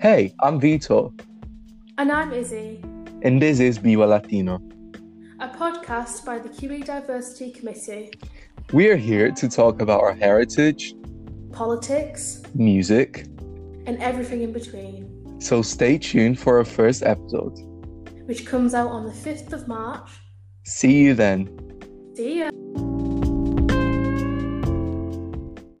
Hey, I'm Vitor, And I'm Izzy, and this is Viva Latino. a podcast by the QE Diversity Committee, We're here to talk about our heritage, politics, music, and everything in between, so stay tuned for our first episode. which comes out on the 5th of March. See you then. See ya!